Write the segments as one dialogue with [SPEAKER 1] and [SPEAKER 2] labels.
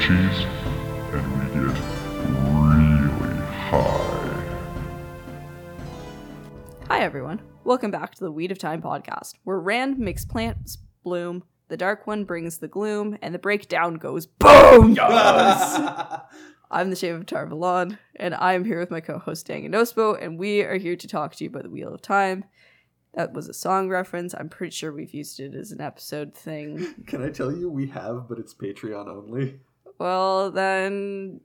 [SPEAKER 1] cheese, and we get really high.
[SPEAKER 2] Hi, everyone. Welcome back to the Weed of Time podcast, where Rand makes plants bloom, the dark one brings the gloom, and the breakdown goes boom! I'm the Shave of Tarvalon, and I am here with my co host Dangan Ospo, and we are here to talk to you about the Wheel of Time. That was a song reference. I'm pretty sure we've used it as an episode thing.
[SPEAKER 3] Can I tell you we have, but it's Patreon only.
[SPEAKER 2] Well, then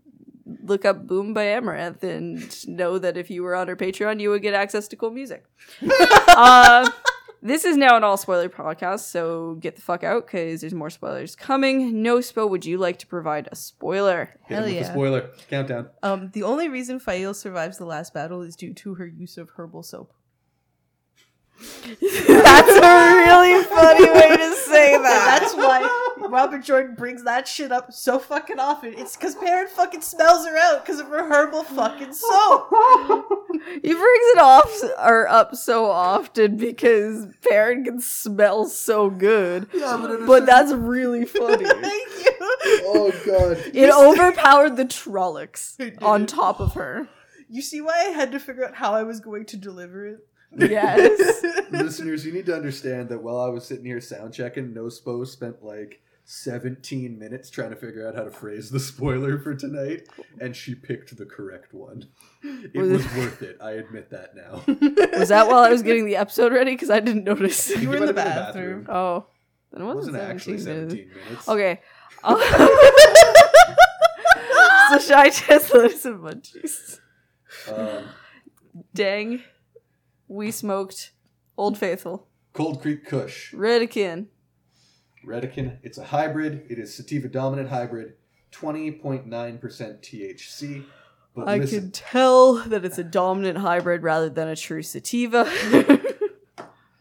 [SPEAKER 2] look up Boom by Amaranth and know that if you were on our Patreon, you would get access to cool music. uh, this is now an all spoiler podcast, so get the fuck out because there's more spoilers coming. Nospo, would you like to provide a spoiler?
[SPEAKER 4] Hit
[SPEAKER 5] Hell
[SPEAKER 4] him with
[SPEAKER 5] yeah.
[SPEAKER 4] a spoiler. Countdown.
[SPEAKER 5] Um, the only reason Fael survives the last battle is due to her use of herbal soap.
[SPEAKER 2] That's a really funny way to say
[SPEAKER 5] That's why Robert Jordan brings that shit up so fucking often. It's because Perrin fucking smells her out because of her herbal fucking soap.
[SPEAKER 2] He brings it off or up so often because Perrin can smell so good,
[SPEAKER 3] Yeah, but, it is
[SPEAKER 2] but that's really funny.
[SPEAKER 5] Thank you.
[SPEAKER 3] oh god.
[SPEAKER 2] It overpowered the Trollocs on top of her.
[SPEAKER 5] You see why I had to figure out how I was going to deliver it?
[SPEAKER 2] Yes.
[SPEAKER 3] Listeners, you need to understand that while I was sitting here sound checking, Nospo spent like 17 minutes trying to figure out how to phrase the spoiler for tonight, and she picked the correct one. It
[SPEAKER 2] Was-
[SPEAKER 3] was worth it. I admit that now. You
[SPEAKER 2] Was that while I was getting the episode ready? Because I didn't notice.
[SPEAKER 5] You were
[SPEAKER 3] might
[SPEAKER 5] in the
[SPEAKER 3] have been
[SPEAKER 5] bathroom.
[SPEAKER 2] Oh, then it
[SPEAKER 3] It
[SPEAKER 2] wasn't,
[SPEAKER 3] wasn't actually
[SPEAKER 2] 17
[SPEAKER 3] 17 minutes.
[SPEAKER 2] Okay. Um, so should I just listen munchies?
[SPEAKER 3] Um,
[SPEAKER 2] Dang, we smoked Old Faithful,
[SPEAKER 3] Cold Creek Kush.
[SPEAKER 2] Redican.
[SPEAKER 3] Redican. It's a hybrid. It is sativa dominant hybrid. 20.9% THC. But
[SPEAKER 2] I
[SPEAKER 3] listen,
[SPEAKER 2] can tell that it's a dominant hybrid rather than a true sativa.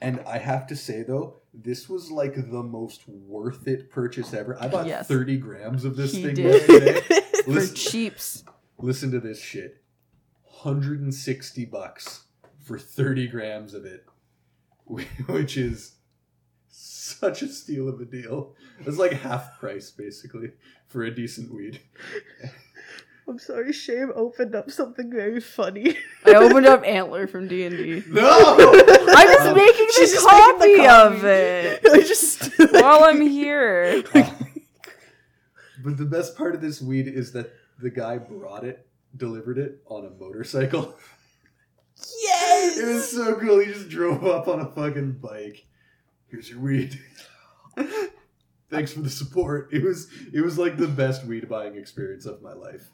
[SPEAKER 3] And I have to say though, this was like the most worth it purchase ever. I bought
[SPEAKER 2] Yes.
[SPEAKER 3] 30 grams of this
[SPEAKER 2] He
[SPEAKER 3] thing
[SPEAKER 2] did.
[SPEAKER 3] yesterday.
[SPEAKER 2] For
[SPEAKER 3] listen,
[SPEAKER 2] cheaps.
[SPEAKER 3] listen to this shit. 160 bucks for 30 grams of it, which is such a steal of a deal. It's like half price basically for a decent weed.
[SPEAKER 5] I'm sorry, Shame opened up something very funny.
[SPEAKER 2] I opened up Antler from D&D.
[SPEAKER 3] No!
[SPEAKER 2] I'm just
[SPEAKER 3] Um,
[SPEAKER 2] making
[SPEAKER 5] Um, She's
[SPEAKER 2] the
[SPEAKER 5] just making
[SPEAKER 2] copy
[SPEAKER 5] the
[SPEAKER 2] of
[SPEAKER 5] copy.
[SPEAKER 2] it
[SPEAKER 5] I just
[SPEAKER 2] while I'm here.
[SPEAKER 3] But the best part of this weed is that the guy brought it, delivered it on a motorcycle.
[SPEAKER 5] yes.
[SPEAKER 3] It was so cool. He just drove up on a fucking bike. Here's your weed. Thanks for the support. It was it was like the best weed buying experience of my life.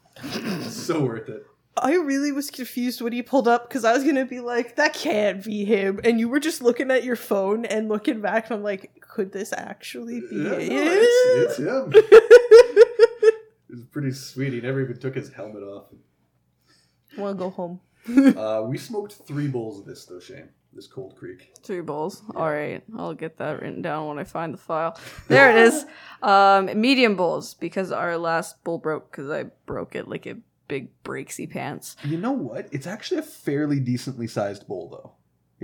[SPEAKER 3] so worth it.
[SPEAKER 5] I really was confused when he pulled up because I was gonna be like, that can't be him. And you were just looking at your phone and looking back, and I'm like, could this actually be
[SPEAKER 3] Yeah, no,
[SPEAKER 5] him?
[SPEAKER 3] it's, it's him. it was pretty sweet. He never even took his helmet off.
[SPEAKER 5] I wanna go home.
[SPEAKER 3] Uh, we smoked three bowls of this though, Shane. This Cold Creek.
[SPEAKER 2] Three bowls. All right, I'll get that written down when I find the file. There it is. Um, medium bowls because our last bowl broke because I broke it like a big breaksy pants.
[SPEAKER 3] You know what? It's actually a fairly decently sized bowl though.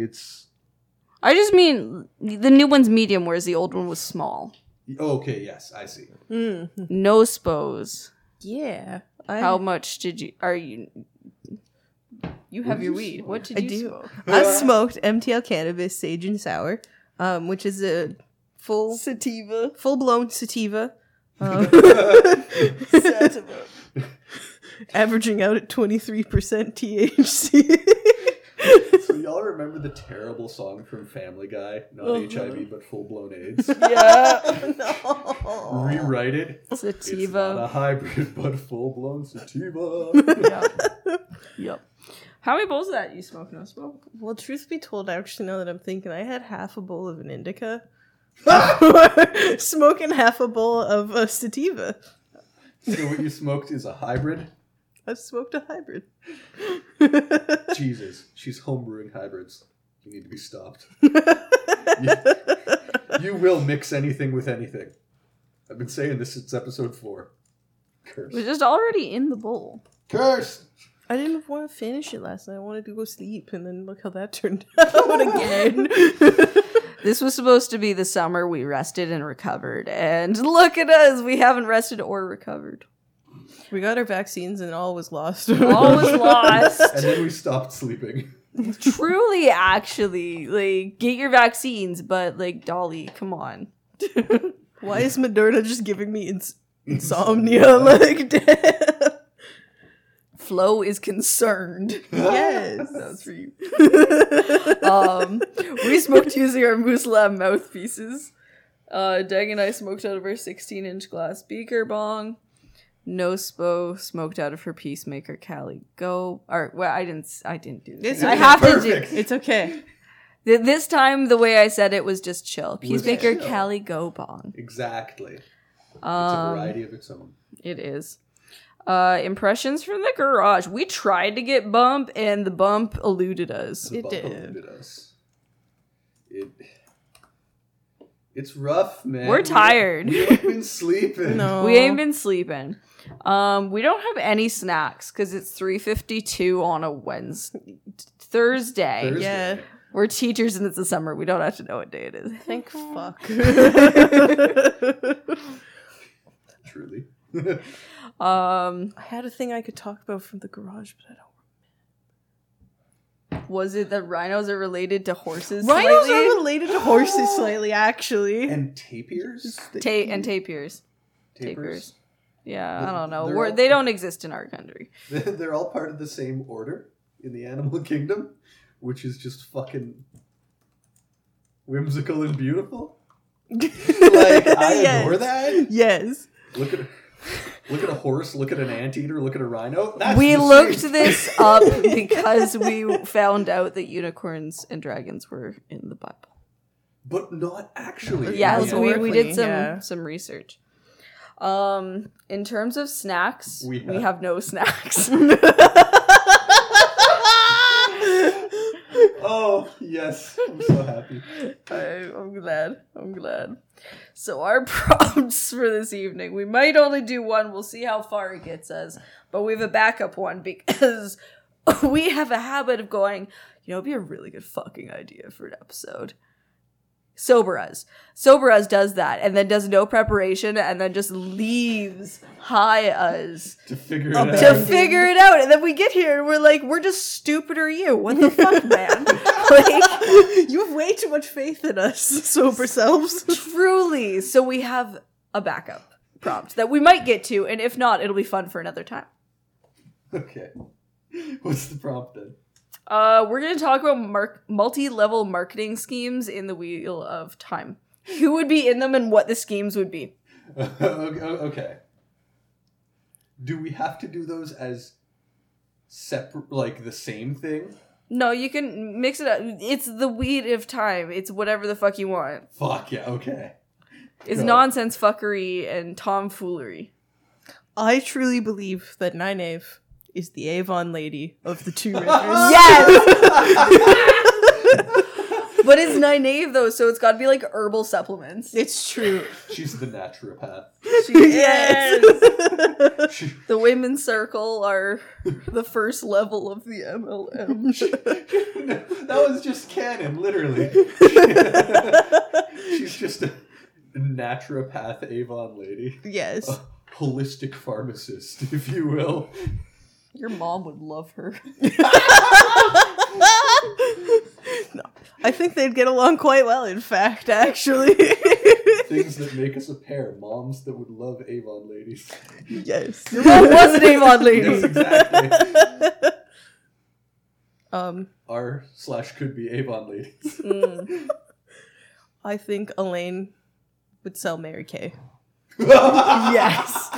[SPEAKER 3] It's
[SPEAKER 2] I just mean the new one's medium, whereas the old one was small.
[SPEAKER 3] okay. Yes, I see.
[SPEAKER 5] Mm.
[SPEAKER 2] No spos.
[SPEAKER 5] Yeah. I,
[SPEAKER 2] How much did you? Are you? You have your weed. What did
[SPEAKER 5] I
[SPEAKER 2] you
[SPEAKER 5] do.
[SPEAKER 2] smoke?
[SPEAKER 5] I've smoked MTL cannabis, sage and sour, um, which is a full
[SPEAKER 2] Sativa.
[SPEAKER 5] full blown sativa. Um, averaging out at 23% THC.
[SPEAKER 3] So y'all remember the terrible song from Family Guy, not HIV but full blown AIDS?
[SPEAKER 2] Yeah.
[SPEAKER 5] no.
[SPEAKER 3] Rewrite it. It's not a
[SPEAKER 2] Sativa.
[SPEAKER 3] hybrid but full blown sativa.
[SPEAKER 2] Yep. yep. How many bowls of that you smoke? No smoke.
[SPEAKER 5] Well, truth be told, actually, now that I'm thinking, I had half a bowl of an indica, smoking half a bowl of a sativa.
[SPEAKER 3] so what you smoked is a hybrid.
[SPEAKER 5] I smoked a hybrid.
[SPEAKER 3] Jesus, she's homebrewing hybrids. You need to be stopped. you, you will mix anything with anything. I've been saying this since episode four.
[SPEAKER 2] It was
[SPEAKER 3] Curse.
[SPEAKER 2] just already in the bowl.
[SPEAKER 3] Curse.
[SPEAKER 5] I didn't want to finish it last night. I wanted to go sleep, and then look how that turned out again.
[SPEAKER 2] This was supposed to be the summer we rested and recovered. And look at us. We haven't rested or recovered.
[SPEAKER 5] We got our vaccines and all was lost.
[SPEAKER 2] All was
[SPEAKER 3] And
[SPEAKER 2] lost.
[SPEAKER 3] then we stopped sleeping.
[SPEAKER 2] Truly, actually, like, get your vaccines, but, like, Dolly, come on.
[SPEAKER 5] Why is Moderna just giving me ins- insomnia? like, damn.
[SPEAKER 2] Flo is concerned.
[SPEAKER 5] yes.
[SPEAKER 2] That's for you. um, we smoked using our Moose Lab mouthpieces. Uh, Dag and I smoked out of our 16 inch glass beaker bong. No Spo smoked out of her Peacemaker Cali Go. Or, well, I didn't, s- I didn't do
[SPEAKER 5] It's
[SPEAKER 2] this. I
[SPEAKER 5] okay.
[SPEAKER 2] have to
[SPEAKER 3] Perfect.
[SPEAKER 2] do.
[SPEAKER 5] It's okay.
[SPEAKER 2] Th- This time, the way I said it was just chill. Peacemaker
[SPEAKER 3] chill.
[SPEAKER 2] Cali Go bong.
[SPEAKER 3] Exactly. It's a
[SPEAKER 2] Um,
[SPEAKER 3] variety of its own.
[SPEAKER 2] It is. Uh, impressions from the garage. We tried to get bump, and the bump eluded us.
[SPEAKER 3] The
[SPEAKER 5] it
[SPEAKER 3] bump
[SPEAKER 5] did.
[SPEAKER 3] eluded us. It. It's rough, man.
[SPEAKER 2] We're
[SPEAKER 3] We-
[SPEAKER 2] tired.
[SPEAKER 3] We have been sleeping.
[SPEAKER 5] No.
[SPEAKER 2] We ain't been sleeping. Um, we don't have any snacks because it's three fifty two on a Wednesday, Thursday.
[SPEAKER 3] Thursday.
[SPEAKER 5] yeah.
[SPEAKER 2] We're teachers and it's the summer. We don't have to know what day it is.
[SPEAKER 5] Thank fuck.
[SPEAKER 3] Truly.
[SPEAKER 2] Um,
[SPEAKER 5] I had a thing I could talk about from the garage, but I don't.
[SPEAKER 2] was it that rhinos are related to horses?
[SPEAKER 5] Rhinos
[SPEAKER 2] slightly?
[SPEAKER 5] are related to horses slightly, actually.
[SPEAKER 3] and tapirs?
[SPEAKER 2] Ta- and tapirs.
[SPEAKER 3] Tapirs.
[SPEAKER 2] Yeah,
[SPEAKER 3] They're-
[SPEAKER 2] I don't know.
[SPEAKER 3] they're
[SPEAKER 2] We're,
[SPEAKER 3] all-
[SPEAKER 2] they don't exist in our country.
[SPEAKER 3] They're all part of the same order in the animal kingdom, which is just fucking whimsical and beautiful. Like I adore that.
[SPEAKER 5] Yes.
[SPEAKER 3] Look at look at a horse. Look at an anteater. Look at a rhino. That's
[SPEAKER 2] we
[SPEAKER 3] the same.
[SPEAKER 2] looked this up because we found out that unicorns and dragons were in the Bible.
[SPEAKER 3] but not actually.
[SPEAKER 2] yeah,
[SPEAKER 5] Yeah.
[SPEAKER 2] so we, we did
[SPEAKER 5] Historically,
[SPEAKER 2] some
[SPEAKER 5] yeah.
[SPEAKER 2] some research. Um, in terms of snacks, we
[SPEAKER 3] We
[SPEAKER 2] have,
[SPEAKER 3] have-
[SPEAKER 2] no snacks.
[SPEAKER 3] Oh yes, I'm so happy.
[SPEAKER 2] I- I'm glad. I'm glad. So our prompts for this evening, we might only do one. We'll see how far it gets us, but we have a backup one because we have a habit of going. You know, it'd be a really good fucking idea for an episode. Sober us. Sober us does that, and then does no preparation, and then just leaves high us
[SPEAKER 3] To figure it
[SPEAKER 5] Up
[SPEAKER 3] out.
[SPEAKER 2] to
[SPEAKER 5] Abandoned.
[SPEAKER 2] figure it out. And then we get here and we're like, we're just stupider you. What the fuck, man? like,
[SPEAKER 5] you have way too much faith in us, sober selves.
[SPEAKER 2] truly. So we have a backup prompt that we might get to, and if not, it'll be fun for another time.
[SPEAKER 3] okay. What's the prompt then?
[SPEAKER 2] Uh, we're going to talk about mark- multi level marketing schemes in the Wheel of Time. Who would be in them and what the schemes would be.
[SPEAKER 3] okay. okay. Do we have to do those as separate, like the same thing?
[SPEAKER 2] No, you can mix it up. It's the weed of time. It's whatever the fuck you want.
[SPEAKER 3] Fuck yeah. Okay.
[SPEAKER 2] It's
[SPEAKER 3] Go.
[SPEAKER 2] nonsense fuckery and tomfoolery.
[SPEAKER 5] I truly believe that Nineve is the Avon lady of the two rivers.
[SPEAKER 2] Yes. but it's Nynaeve though, so it's got to be like herbal supplements.
[SPEAKER 5] it's true.
[SPEAKER 3] She's the naturopath.
[SPEAKER 5] yes.
[SPEAKER 3] She,
[SPEAKER 2] The women's circle are the first level of the MLM.
[SPEAKER 3] that was just canon, literally. She's just a naturopath Avon lady,
[SPEAKER 5] yes.
[SPEAKER 3] a holistic pharmacist, if you will.
[SPEAKER 2] Your mom would love her.
[SPEAKER 5] no. I think they'd get along quite well, in fact, actually.
[SPEAKER 3] Things that make us a pair. Moms that would love Avon ladies.
[SPEAKER 5] yes.
[SPEAKER 2] Mom was an Avon
[SPEAKER 3] Yes,
[SPEAKER 2] lady.
[SPEAKER 3] exactly.
[SPEAKER 5] Um,
[SPEAKER 3] Are slash could be Avon ladies.
[SPEAKER 2] Mm.
[SPEAKER 5] I think Elaine would sell Mary Kay.
[SPEAKER 2] Yes.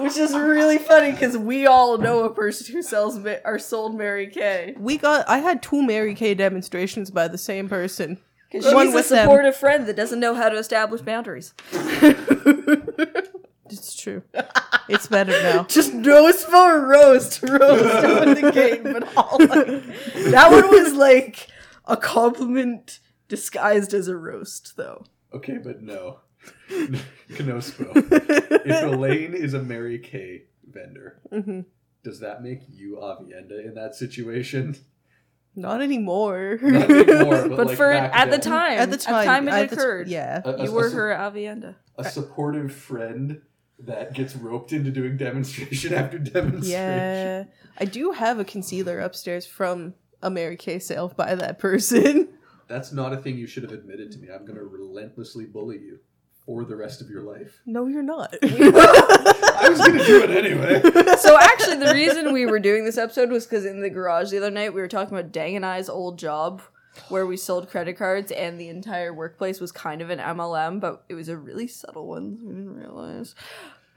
[SPEAKER 2] Which is really funny because we all know a person who sells ma- or sold Mary Kay.
[SPEAKER 5] We got I had two Mary Kay demonstrations by the same person.
[SPEAKER 2] Because
[SPEAKER 5] One
[SPEAKER 2] she's a
[SPEAKER 5] with them.
[SPEAKER 2] supportive friend that doesn't know how to establish boundaries.
[SPEAKER 5] It's true. It's better now.
[SPEAKER 2] Just nose for roast, roast on the game, but all like, that one was like a compliment disguised as a roast, though.
[SPEAKER 3] Okay, but no. Knospo.
[SPEAKER 5] Mm-hmm.
[SPEAKER 3] if Elaine is a Mary Kay vendor,
[SPEAKER 5] Mhm.
[SPEAKER 3] does that make you Avienda in that situation?
[SPEAKER 5] Not anymore.
[SPEAKER 3] Not anymore, but,
[SPEAKER 2] But
[SPEAKER 3] like
[SPEAKER 2] for
[SPEAKER 3] back
[SPEAKER 2] at the
[SPEAKER 3] then,
[SPEAKER 2] time,
[SPEAKER 5] at the time,
[SPEAKER 2] it
[SPEAKER 5] at the t-
[SPEAKER 2] occurred,
[SPEAKER 5] yeah.
[SPEAKER 3] a- a-
[SPEAKER 2] you
[SPEAKER 3] a
[SPEAKER 2] were
[SPEAKER 3] su-
[SPEAKER 2] her avienda.
[SPEAKER 3] a supportive friend that gets roped into doing demonstration after demonstration.
[SPEAKER 5] Yeah. I do have a concealer upstairs from a Mary Kay sale by that person.
[SPEAKER 3] That's not a thing you should have admitted to me. I'm going to relentlessly bully you for the rest of your life.
[SPEAKER 5] No, you're not.
[SPEAKER 3] I was going to do it anyway.
[SPEAKER 2] so actually, the reason we were doing this episode was because in the garage the other night we were talking about Dang and I's old job, where we sold credit cards, and the entire workplace was kind of an MLM, but it was a really subtle one. We didn't realize,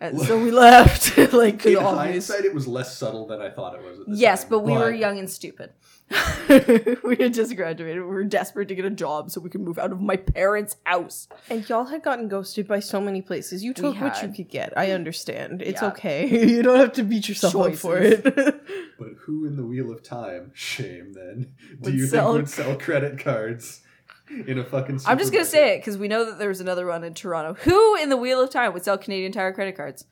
[SPEAKER 2] and so we left. like
[SPEAKER 3] In
[SPEAKER 2] good obvious.
[SPEAKER 3] hindsight, it was less subtle than I thought it was. At the
[SPEAKER 2] Yes,
[SPEAKER 3] time.
[SPEAKER 2] but we were
[SPEAKER 3] But
[SPEAKER 2] young and stupid. we had just graduated. We were desperate to get a job so we could move out of my parents' house.
[SPEAKER 5] and y'all had gotten ghosted by so many places. You took what you
[SPEAKER 2] had.
[SPEAKER 5] could get. I understand. It's
[SPEAKER 2] Yeah.
[SPEAKER 5] okay. You don't have to beat yourself up for
[SPEAKER 2] Choices.
[SPEAKER 5] it.
[SPEAKER 3] But who in the wheel of time? Shame then. Do
[SPEAKER 2] Would
[SPEAKER 3] you
[SPEAKER 2] sell-
[SPEAKER 3] think would sell credit cards in a fucking?
[SPEAKER 2] I'm just gonna
[SPEAKER 3] supermarket?
[SPEAKER 2] say it because we know that there was another one in Toronto. Who in the Wheel of Time would sell Canadian Tire credit cards?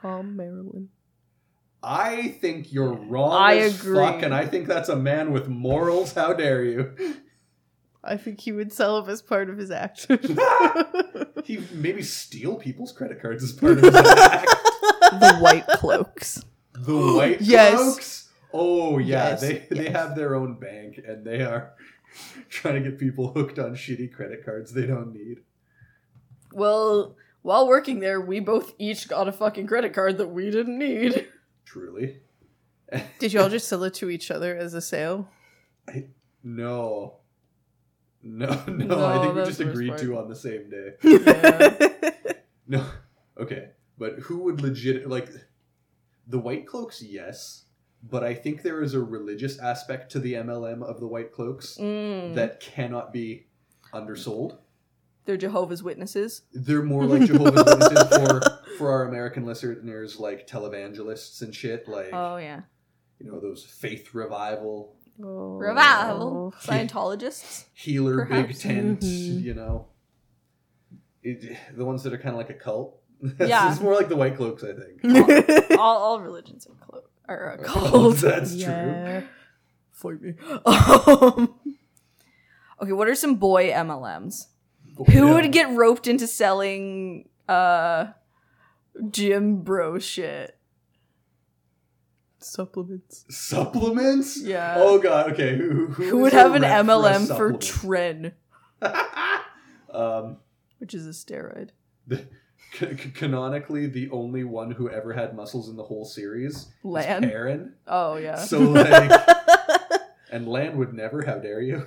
[SPEAKER 5] Tom Marilyn.
[SPEAKER 3] I think you're wrong.
[SPEAKER 2] I
[SPEAKER 3] as
[SPEAKER 2] agree.
[SPEAKER 3] Fuck, and I think that's a man with morals. How dare you?
[SPEAKER 5] I think he would sell him as part of his act.
[SPEAKER 3] He maybe steal people's credit cards as part of his act.
[SPEAKER 5] the white cloaks.
[SPEAKER 3] The white
[SPEAKER 5] Yes.
[SPEAKER 3] folks. Oh yeah,
[SPEAKER 5] Yes,
[SPEAKER 3] they they
[SPEAKER 5] yes.
[SPEAKER 3] have their own bank and they are trying to get people hooked on shitty credit cards they don't need.
[SPEAKER 2] Well, while working there, we both each got a fucking credit card that we didn't need.
[SPEAKER 3] Truly.
[SPEAKER 5] Did y'all just sell it to each other as a sale?
[SPEAKER 3] No. No, no,
[SPEAKER 2] No,
[SPEAKER 3] I think we
[SPEAKER 2] that's
[SPEAKER 3] just
[SPEAKER 2] the worst
[SPEAKER 3] agreed
[SPEAKER 2] part.
[SPEAKER 3] to on the same day.
[SPEAKER 2] Yeah.
[SPEAKER 3] No. Okay. But who would legit like the White Cloaks, yes. But I think there is a religious aspect to the MLM of the White Cloaks
[SPEAKER 2] Mm.
[SPEAKER 3] that cannot be undersold.
[SPEAKER 2] They're Jehovah's Witnesses.
[SPEAKER 3] They're more like Jehovah's Witnesses for for our American listeners, like televangelists and shit, like
[SPEAKER 2] Oh yeah,
[SPEAKER 3] you know those faith revival
[SPEAKER 5] Oh.
[SPEAKER 2] Oh. revival Scientologists.
[SPEAKER 3] healer big
[SPEAKER 2] Perhaps. Mm-hmm.
[SPEAKER 3] tent,
[SPEAKER 5] Mhm.
[SPEAKER 3] you know, it, the ones that are kind of like a cult.
[SPEAKER 2] Yeah.
[SPEAKER 3] it's more like the White Cloaks, I think.
[SPEAKER 5] Oh.
[SPEAKER 2] all, all religions are, clo- are a
[SPEAKER 3] Oh,
[SPEAKER 2] cult.
[SPEAKER 3] that's true.
[SPEAKER 5] yeah.
[SPEAKER 2] Fight me. Um, okay, what are some boy MLMs?
[SPEAKER 3] Boy,
[SPEAKER 2] Who
[SPEAKER 3] yeah.
[SPEAKER 2] would get roped into selling uh gym bro shit?
[SPEAKER 5] Supplements.
[SPEAKER 3] supplements?
[SPEAKER 2] Yeah.
[SPEAKER 3] Oh god. Okay. Who, who,
[SPEAKER 2] Who
[SPEAKER 3] is
[SPEAKER 2] would
[SPEAKER 3] a
[SPEAKER 2] have an
[SPEAKER 3] rep
[SPEAKER 2] MLM
[SPEAKER 3] a
[SPEAKER 2] for,
[SPEAKER 3] supplement?
[SPEAKER 2] Tren,
[SPEAKER 3] um,
[SPEAKER 2] which is a steroid?
[SPEAKER 3] the, c- c- canonically, the only one who ever had muscles in the whole series
[SPEAKER 2] Lan?
[SPEAKER 3] is Perrin.
[SPEAKER 2] Oh yeah.
[SPEAKER 3] So like, and Lan would never. How dare you?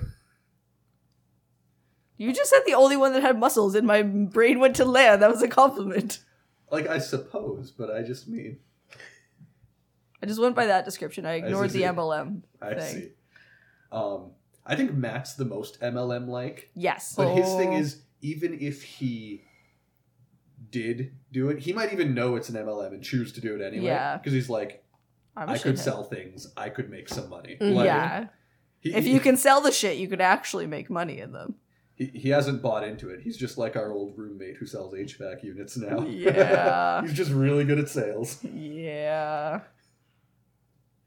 [SPEAKER 2] you just said the only one that had muscles and my brain went to land. That was a compliment.
[SPEAKER 3] Like I suppose, but I just mean
[SPEAKER 2] I just went by that description. I ignored the
[SPEAKER 3] see.
[SPEAKER 2] MLM.
[SPEAKER 3] I
[SPEAKER 2] Thing.
[SPEAKER 3] see. Um, I think Matt's the most MLM like.
[SPEAKER 2] Yes.
[SPEAKER 3] But his thing
[SPEAKER 5] Oh.
[SPEAKER 3] is, even if he did do it, he might even know it's an MLM and choose to do it anyway.
[SPEAKER 2] Yeah.
[SPEAKER 3] Because he's like,
[SPEAKER 2] Oh, I'm a
[SPEAKER 3] I could
[SPEAKER 2] shithead.
[SPEAKER 3] sell things, I could make some money.
[SPEAKER 5] Mm.
[SPEAKER 3] Like,
[SPEAKER 2] yeah.
[SPEAKER 3] He,
[SPEAKER 2] If
[SPEAKER 3] he-
[SPEAKER 2] you can sell the shit, you could actually make money in them.
[SPEAKER 3] he, he hasn't bought into it. He's just like our old roommate who sells HVAC units now.
[SPEAKER 2] Yeah.
[SPEAKER 3] he's just really good at sales.
[SPEAKER 2] Yeah.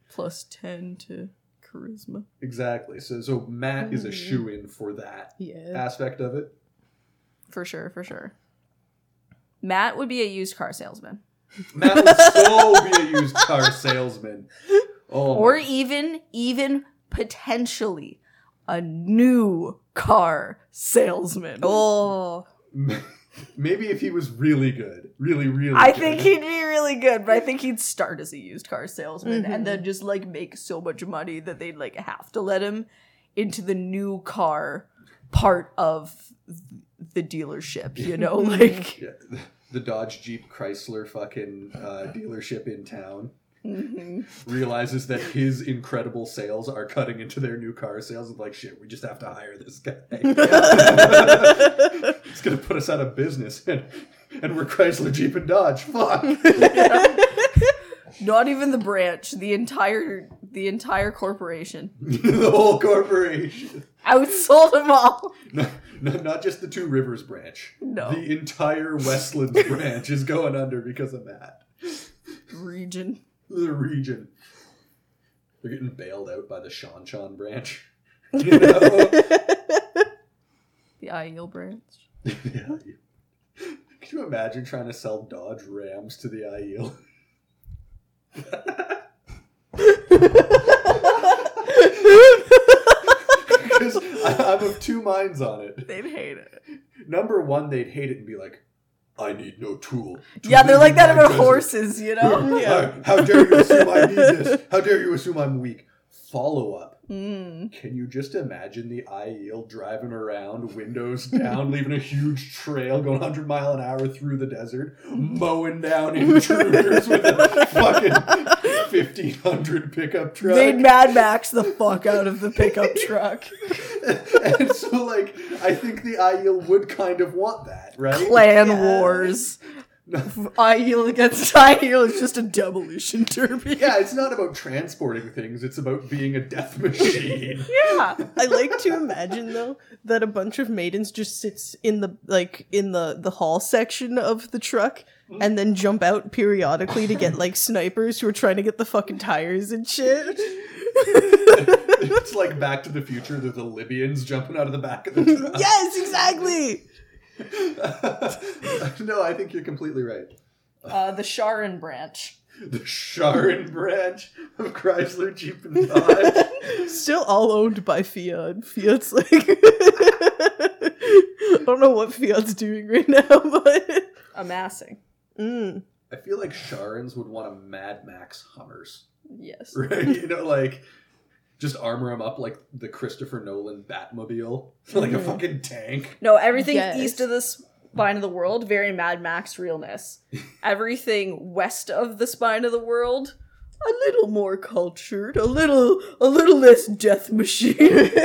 [SPEAKER 2] Plus 10 to charisma.
[SPEAKER 3] Exactly. So, so Matt is a
[SPEAKER 5] Mm.
[SPEAKER 2] Mm-hmm.
[SPEAKER 3] shoe in for that
[SPEAKER 5] Yeah.
[SPEAKER 3] aspect of it.
[SPEAKER 2] For sure, for sure. Matt would be a used car salesman.
[SPEAKER 3] Matt would so be a used car salesman. Oh,
[SPEAKER 2] Or e-
[SPEAKER 3] my-
[SPEAKER 2] even, even potentially a new car salesman.
[SPEAKER 5] Oh.
[SPEAKER 3] maybe if he was really good, really, really.
[SPEAKER 2] I
[SPEAKER 3] good.
[SPEAKER 2] think he'd be really good, but I think he'd start as a used car salesman
[SPEAKER 5] Mhm.
[SPEAKER 2] and then just like make so much money that they'd like have to let him into the new car part of the dealership, you know? like
[SPEAKER 3] Yeah, the Dodge Jeep Chrysler fucking uh, dealership in town
[SPEAKER 2] Mhm.
[SPEAKER 3] realizes that his incredible sales are cutting into their new car sales and like shit, we just have to hire this guy. it's gonna put us out of business and and we're Chrysler Jeep and Dodge. Fuck.
[SPEAKER 2] not even the branch, the entire the entire corporation.
[SPEAKER 3] the whole corporation.
[SPEAKER 2] Outsold them all.
[SPEAKER 3] Not, not just the Two Rivers branch.
[SPEAKER 2] No.
[SPEAKER 3] The entire Westlands branch is going under because of that.
[SPEAKER 2] Region.
[SPEAKER 3] The region. They're getting bailed out by the Shan Chan branch. You know?
[SPEAKER 2] The IEL branch.
[SPEAKER 3] Yeah. Could you imagine trying to sell Dodge Rams to the E IEL? Because I'm of two minds on it.
[SPEAKER 2] They'd hate it.
[SPEAKER 3] Number one, they'd hate it and be like, "I need no tool." to
[SPEAKER 2] Yeah, they're
[SPEAKER 3] lead
[SPEAKER 2] like that
[SPEAKER 3] my
[SPEAKER 2] about
[SPEAKER 3] desert."
[SPEAKER 2] horses, you know?
[SPEAKER 5] Yeah.
[SPEAKER 3] How, how dare you assume I need this? How dare you assume I'm weak? Follow up.
[SPEAKER 2] Mm.
[SPEAKER 3] Can you just imagine the IEL driving around, windows down, leaving a huge trail going 100 mile an hour through the desert, mowing down intruders with a fucking 1500 pickup truck?
[SPEAKER 2] They'd Mad Max the fuck out of the pickup truck.
[SPEAKER 3] and so, like, I think the IEL would kind of want that, right?
[SPEAKER 2] Clan
[SPEAKER 5] Yeah.
[SPEAKER 2] wars.
[SPEAKER 3] No.
[SPEAKER 2] IEL against IEL is just a demolition derby.
[SPEAKER 3] yeah, it's not about transporting things, it's about being a death machine.
[SPEAKER 2] Yeah.
[SPEAKER 5] I like to imagine though that a bunch of maidens just sits in the like in the the hall section of the truck
[SPEAKER 2] Mm-hmm.
[SPEAKER 5] and then jump out periodically to get like snipers who are trying to get the fucking tires and shit.
[SPEAKER 3] it's like Back to the Future, there's the Libyans jumping out of the back of the truck.
[SPEAKER 5] yes, exactly.
[SPEAKER 3] no, I think you're completely right.
[SPEAKER 2] Uh, the Sharon branch.
[SPEAKER 3] The Sharon branch of Chrysler Jeep and Dodge.
[SPEAKER 5] Still all owned by Fiat. Fiat's like I don't know what Fiat's doing right now, but
[SPEAKER 2] Amassing.
[SPEAKER 5] Mm.
[SPEAKER 3] I feel like Sharons would want a Mad Max Hummers,
[SPEAKER 2] Yes.
[SPEAKER 3] right? You know, like just armor them up like the Christopher Nolan Batmobile, like a
[SPEAKER 5] Mhm.
[SPEAKER 3] fucking tank.
[SPEAKER 2] No, everything
[SPEAKER 5] Yes.
[SPEAKER 2] east of the spine of the world, very Mad Max realness. everything west of the spine of the world, a little more cultured, a little, a little less death machine.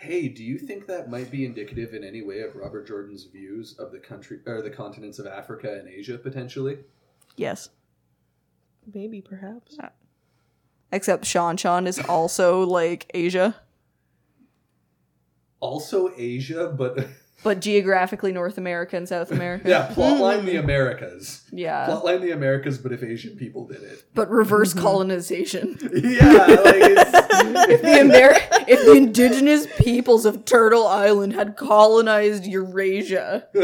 [SPEAKER 3] Hey, do you think that might be indicative in any way of Robert Jordan's views of the country or the continents of Africa and Asia potentially?
[SPEAKER 2] yes.
[SPEAKER 5] Maybe perhaps.
[SPEAKER 2] Except Sean Sean is also like Asia,
[SPEAKER 3] Also Asia, but
[SPEAKER 2] but geographically North America and South America.
[SPEAKER 3] yeah, plotline the Americas.
[SPEAKER 2] Yeah.
[SPEAKER 3] Plotline the Americas, but if Asian people did it.
[SPEAKER 2] But reverse colonization.
[SPEAKER 3] Yeah, like it's,
[SPEAKER 2] If the, Ameri- if the indigenous peoples of Turtle Island had colonized Eurasia,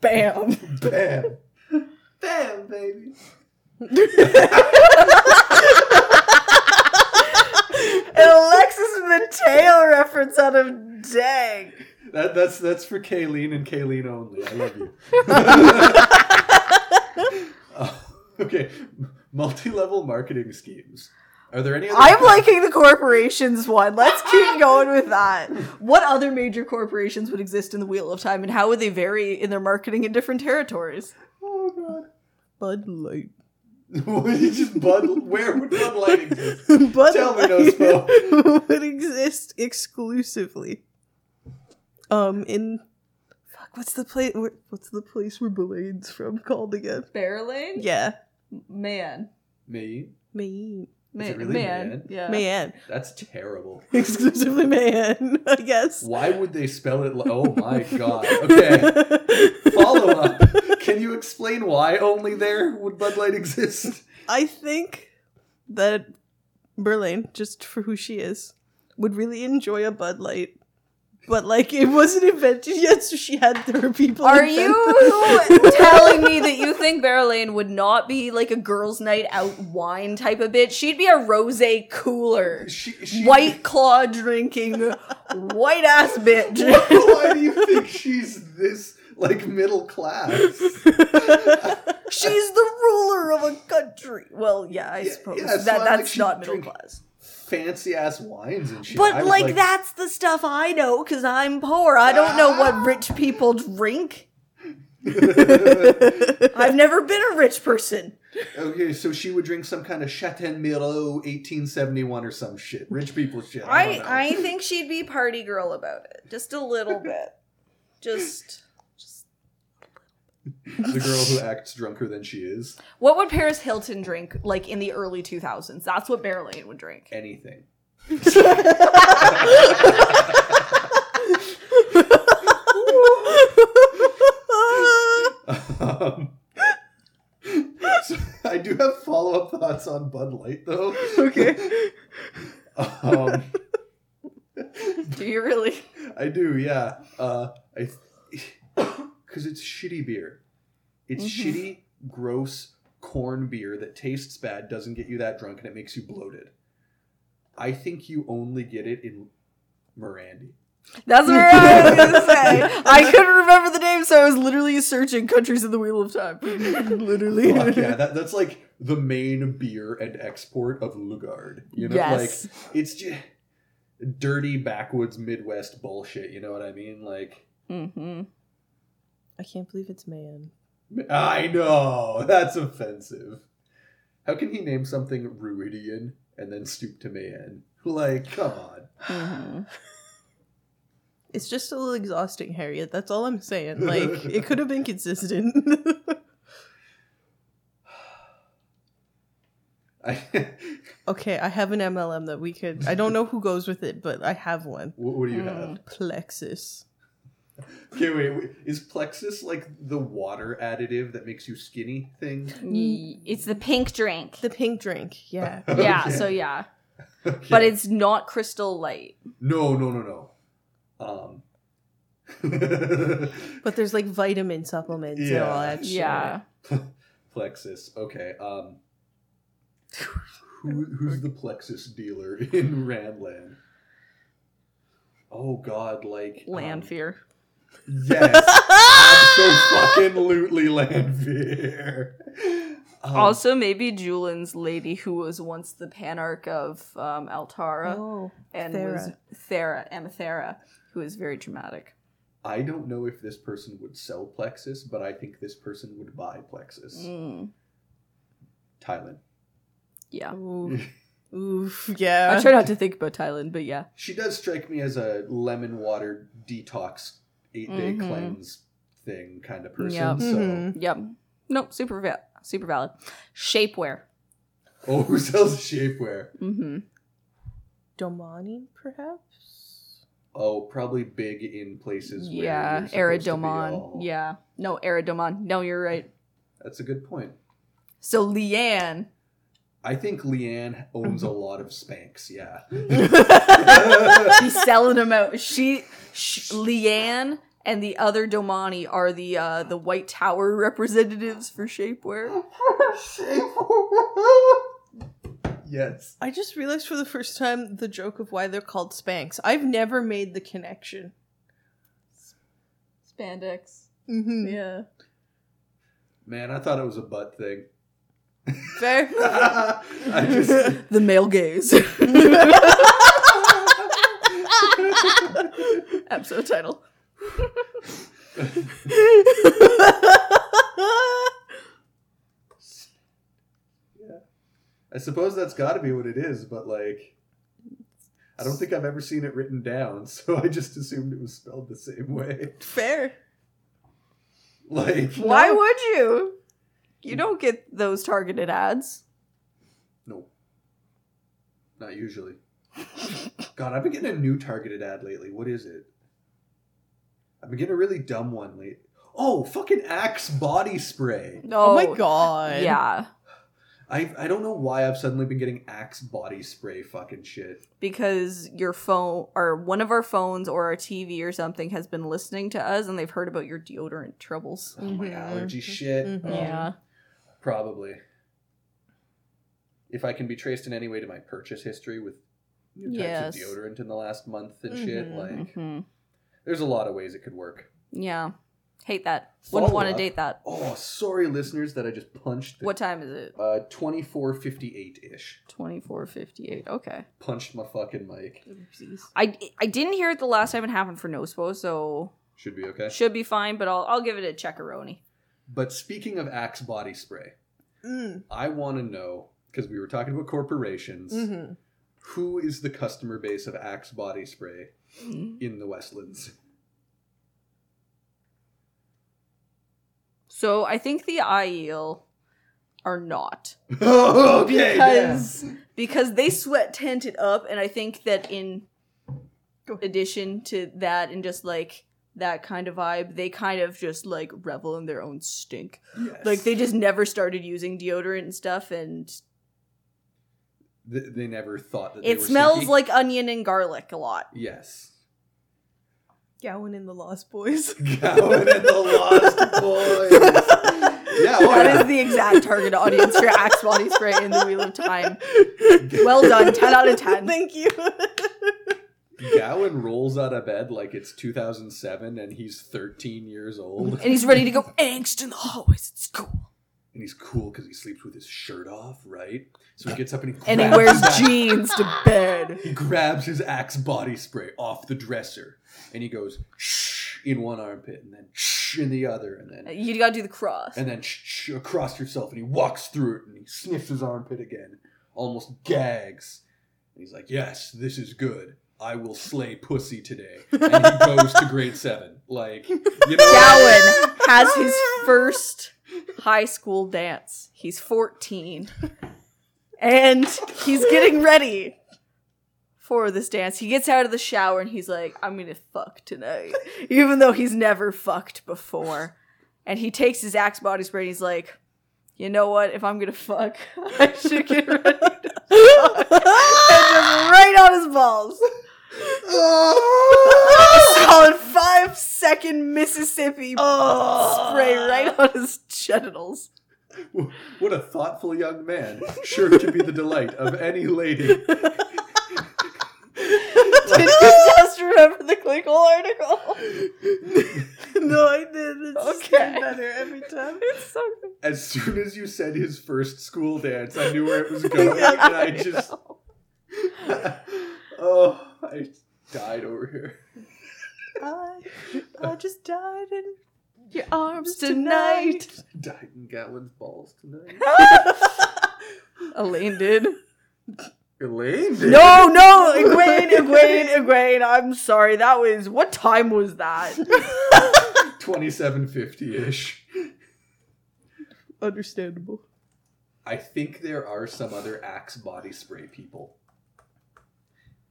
[SPEAKER 2] bam.
[SPEAKER 3] bam, bam, baby.
[SPEAKER 2] An Alexis Mateo reference out of Dang.
[SPEAKER 3] That, that's that's for Kayleen and Kayleen only. I love you. Uh, okay, multi-level marketing schemes. Are there any? Other
[SPEAKER 2] I'm liking the corporations one. Let's keep going with that. What other major corporations would exist in the Wheel of Time and how would they vary in their marketing in different territories?
[SPEAKER 3] Oh
[SPEAKER 5] Bud Light.
[SPEAKER 3] god! Would you just Bud? Where would Bud Light exist?
[SPEAKER 5] Bud
[SPEAKER 3] Tell me
[SPEAKER 5] Light
[SPEAKER 3] no smoke.
[SPEAKER 5] would exist exclusively. Um, in fuck, what's the place? What's the place where Belane's from called again?
[SPEAKER 2] Bear Lane?
[SPEAKER 5] Yeah,
[SPEAKER 2] Man.
[SPEAKER 3] Me?
[SPEAKER 5] Maine,
[SPEAKER 2] Man.
[SPEAKER 3] it really Man?
[SPEAKER 2] Yeah.
[SPEAKER 5] man,
[SPEAKER 3] That's terrible.
[SPEAKER 5] exclusively man. I guess.
[SPEAKER 3] Why would they spell it? Li- oh my god! Okay. Follow up. Can you explain why only there would Bud Light exist?
[SPEAKER 5] I think that Berlane, just for who she is, would really enjoy a Bud Light. But like it wasn't invented yet, so she had her people.
[SPEAKER 2] Are
[SPEAKER 5] invent
[SPEAKER 2] you
[SPEAKER 5] them.
[SPEAKER 2] telling me that you think Bear Lane would not be like a girls' night out wine type of bitch? She'd be a rose cooler.
[SPEAKER 3] She,
[SPEAKER 2] White claw drinking, white ass bitch.
[SPEAKER 3] Why do you think she's this like middle class?
[SPEAKER 2] She's the ruler of a country. Well, yeah, I
[SPEAKER 3] Yeah,
[SPEAKER 2] suppose
[SPEAKER 3] yeah, it's
[SPEAKER 2] that
[SPEAKER 3] not like
[SPEAKER 2] that's
[SPEAKER 3] she
[SPEAKER 2] not middle
[SPEAKER 3] drink-
[SPEAKER 2] class.
[SPEAKER 3] Fancy ass wines and shit. I
[SPEAKER 2] But
[SPEAKER 3] was
[SPEAKER 2] like, that's the stuff I know because I'm poor. I don't know what rich people drink. I've never been a rich person.
[SPEAKER 3] Okay, so she would drink some kind of Chateau Miro 1871 or some shit. Rich people shit. I, don't
[SPEAKER 2] I
[SPEAKER 3] know.
[SPEAKER 2] I think she'd be party girl about it, just a little bit. Just
[SPEAKER 3] the girl who acts drunker than she is.
[SPEAKER 2] what would Paris Hilton drink like in the early 2000s? That's what Bear Lane would drink.
[SPEAKER 3] Anything. Um, so I I do have follow up thoughts on Bud Light though.
[SPEAKER 5] Okay.
[SPEAKER 3] um,
[SPEAKER 2] Do you really?
[SPEAKER 3] I do, yeah. Uh, I because it's shitty beer. It's
[SPEAKER 2] Mhm.
[SPEAKER 3] shitty, gross corn beer that tastes bad, doesn't get you that drunk, and it makes you bloated. I think you only get it in Mirandy.
[SPEAKER 2] That's what I was gonna say. I couldn't remember the name, so I was literally searching countries of the Wheel of Time.
[SPEAKER 5] Literally.
[SPEAKER 3] Fuck yeah, that, that's like the main beer and export of Lugard. You know,
[SPEAKER 2] yes.
[SPEAKER 3] like it's just dirty backwoods Midwest bullshit. You know what I mean? Like
[SPEAKER 2] hmm
[SPEAKER 5] I can't believe it's man.
[SPEAKER 3] I know that's offensive. How can he name something Ruidian and then stoop to Mayan? Like, come on.
[SPEAKER 2] hmm
[SPEAKER 5] Mm-hmm. It's just a little exhausting, Harriet. That's all I'm saying. Like, it could have been consistent.
[SPEAKER 3] I,
[SPEAKER 5] okay, I have an MLM that we could. I don't know who goes with it, but I have one.
[SPEAKER 3] what, what do you have?
[SPEAKER 2] Mm.
[SPEAKER 5] Plexus.
[SPEAKER 3] Okay, wait, wait. Is Plexus like the water additive that makes you skinny thing?
[SPEAKER 2] Y- It's the pink drink.
[SPEAKER 5] The pink drink. Yeah.
[SPEAKER 2] yeah,
[SPEAKER 3] Okay.
[SPEAKER 2] so yeah.
[SPEAKER 3] Okay.
[SPEAKER 2] But it's not crystal light.
[SPEAKER 3] no, no, no, no. Um,
[SPEAKER 5] But there's like vitamin supplements and all
[SPEAKER 3] Yeah.
[SPEAKER 5] that shit.
[SPEAKER 2] Yeah.
[SPEAKER 3] Plexus. Okay. Um, who, who's the Plexus dealer in Randland? Oh God, like um,
[SPEAKER 2] Land fear.
[SPEAKER 3] Yes, absolutely Landfear. Um,
[SPEAKER 2] also, maybe Julin's lady, who was once the panarch of um, Altara
[SPEAKER 5] oh.
[SPEAKER 2] and
[SPEAKER 5] Thera.
[SPEAKER 2] was Thera, Amathera, who is very dramatic.
[SPEAKER 3] I don't know if this person would sell Plexus, but I think this person would buy Plexus.
[SPEAKER 2] Mm,
[SPEAKER 3] Thailand.
[SPEAKER 2] yeah.
[SPEAKER 5] Oof. Oof. Yeah.
[SPEAKER 2] I try not to think about Thailand, but yeah.
[SPEAKER 3] She does strike me as a lemon water detox, eight day
[SPEAKER 2] Mhm.
[SPEAKER 3] cleanse thing kind of person.
[SPEAKER 2] Yep.
[SPEAKER 3] So.
[SPEAKER 5] Mhm.
[SPEAKER 2] Yep. Nope. Super valid. Super valid. Shapewear.
[SPEAKER 3] Oh, who sells shapewear?
[SPEAKER 2] Mm-hmm.
[SPEAKER 5] Domani, perhaps?
[SPEAKER 3] Oh, probably big in places. Where
[SPEAKER 2] Yeah.
[SPEAKER 3] you're supposed to be all-
[SPEAKER 2] Eridomon. Yeah. No, Eridomon. No, you're right.
[SPEAKER 3] that's a good point.
[SPEAKER 2] So Leanne.
[SPEAKER 3] I think Leanne owns a lot of Spanx. Yeah,
[SPEAKER 2] She's selling them out. She, sh Leanne and the other Domani are the uh, the White Tower representatives for shapewear.
[SPEAKER 3] yes.
[SPEAKER 5] I just realized for the first time the joke of why they're called Spanx. I've never made the connection.
[SPEAKER 2] Spandex.
[SPEAKER 5] Mm-hmm.
[SPEAKER 2] Yeah.
[SPEAKER 3] Man, I thought it was a butt thing.
[SPEAKER 5] Fair.
[SPEAKER 3] I just.
[SPEAKER 2] The male gaze. Episode title.
[SPEAKER 3] I suppose that's got to be what it is, but like, I don't think I've ever seen it written down, so I just assumed it was spelled the same way.
[SPEAKER 5] Fair.
[SPEAKER 3] Like,
[SPEAKER 2] Why would you? You don't get those targeted ads.
[SPEAKER 3] no, not usually. God, I've been getting a new targeted ad lately. What is it? I've been getting a really dumb one late. Oh, fucking Axe body spray.
[SPEAKER 2] No.
[SPEAKER 5] Oh, my god.
[SPEAKER 2] Yeah.
[SPEAKER 3] I I don't know why I've suddenly been getting Axe body spray fucking shit.
[SPEAKER 2] because your phone or one of our phones or our TV or something has been listening to us and they've heard about your deodorant troubles.
[SPEAKER 3] Oh, my
[SPEAKER 5] Mhm.
[SPEAKER 3] allergy shit.
[SPEAKER 2] Mm-hmm.
[SPEAKER 5] Mhm.
[SPEAKER 3] Oh, Probably. If I can be traced in any way to my purchase history with new types
[SPEAKER 2] Yes.
[SPEAKER 3] of deodorant in the last month and shit,
[SPEAKER 5] Mhm.
[SPEAKER 3] like
[SPEAKER 2] hmm
[SPEAKER 3] there's a lot of ways it could work.
[SPEAKER 2] Yeah. Hate that.
[SPEAKER 3] Follow
[SPEAKER 2] Wouldn't want to
[SPEAKER 3] up.
[SPEAKER 2] date that.
[SPEAKER 3] Oh, sorry, listeners, that I just punched. The,
[SPEAKER 2] What time is it?
[SPEAKER 3] Uh, twenty four fifty eight ish.
[SPEAKER 2] 24:58. Okay.
[SPEAKER 3] Punched my fucking mic.
[SPEAKER 2] I I didn't hear it the last time it happened for Nospo, so
[SPEAKER 3] Should be okay.
[SPEAKER 2] should be fine, but I'll I'll give it a checkaroni.
[SPEAKER 3] But speaking of Axe body spray,
[SPEAKER 5] Mm.
[SPEAKER 3] I want to know because we were talking about corporations.
[SPEAKER 2] Mm-hmm.
[SPEAKER 5] Mhm.
[SPEAKER 3] who is the customer base of Axe body spray in the Westlands?
[SPEAKER 2] So I think the IEL are not
[SPEAKER 3] okay,
[SPEAKER 2] because because they sweat tent it up and i think that in
[SPEAKER 5] Go ahead.
[SPEAKER 2] addition to that and just like that kind of vibe. They kind of just like revel in their own stink.
[SPEAKER 3] Yes.
[SPEAKER 2] Like they just never started using deodorant and stuff, and
[SPEAKER 3] Th- they never thought that they
[SPEAKER 2] it
[SPEAKER 3] were
[SPEAKER 2] smells
[SPEAKER 3] stinky.
[SPEAKER 2] like onion and garlic a lot.
[SPEAKER 3] yes.
[SPEAKER 5] Gowan in the Lost Boys.
[SPEAKER 3] Gowan and the Lost Boys. Yeah, oh,
[SPEAKER 2] That
[SPEAKER 3] yeah.
[SPEAKER 2] is the exact target audience for Axe Body Spray in the Wheel of Time. Well done, 10 out of 10.
[SPEAKER 5] Thank you.
[SPEAKER 3] Gowan rolls out of bed like it's 2007 and he's 13 years old.
[SPEAKER 2] And he's ready to go angst in the hallways at school.
[SPEAKER 3] And he's cool because he sleeps with his shirt off, right? So he gets up and he,
[SPEAKER 2] And he
[SPEAKER 3] grabs
[SPEAKER 2] wears
[SPEAKER 3] his-
[SPEAKER 2] jeans to bed.
[SPEAKER 3] He grabs his axe body spray off the dresser and he goes shh in one armpit and then shh in the other and then
[SPEAKER 2] You gotta do the cross.
[SPEAKER 3] and then shh, shh across yourself and he walks through it and he sniffs his armpit again, almost gags. And he's like, Yes, this is good. I will slay pussy today. And he goes to grade seven. Like, you know.
[SPEAKER 2] Gowan has his first high school dance. He's 14. And he's getting ready for this dance. He gets out of the shower and he's like, I'm gonna fuck tonight. Even though he's never fucked before. And he takes his axe body spray and he's like, you know what? If I'm gonna fuck, I should get ready to fuck. And just right on his balls. Solid five second Mississippi
[SPEAKER 5] Oh.
[SPEAKER 2] spray right on his genitals.
[SPEAKER 3] What a thoughtful young man. Sure to be the delight of any lady.
[SPEAKER 2] Did you just remember the clickle article?
[SPEAKER 5] no, I did. It's just
[SPEAKER 2] Okay.
[SPEAKER 5] better every time.
[SPEAKER 2] It's so good.
[SPEAKER 3] As soon as you said his first school dance, I knew where it was going.
[SPEAKER 2] Yeah,
[SPEAKER 3] and I just. oh, I died over here.
[SPEAKER 5] I, I just died in your
[SPEAKER 2] arms
[SPEAKER 5] arms
[SPEAKER 2] tonight.
[SPEAKER 5] tonight.
[SPEAKER 3] Died in Gatlin's balls tonight.
[SPEAKER 2] Elaine did.
[SPEAKER 3] Elaine? did.
[SPEAKER 2] No, no, Egwene, Egwene, Egwene. I'm sorry. That was what time was that?
[SPEAKER 3] 2750 ish.
[SPEAKER 5] Understandable.
[SPEAKER 3] I think there are some other Axe body spray people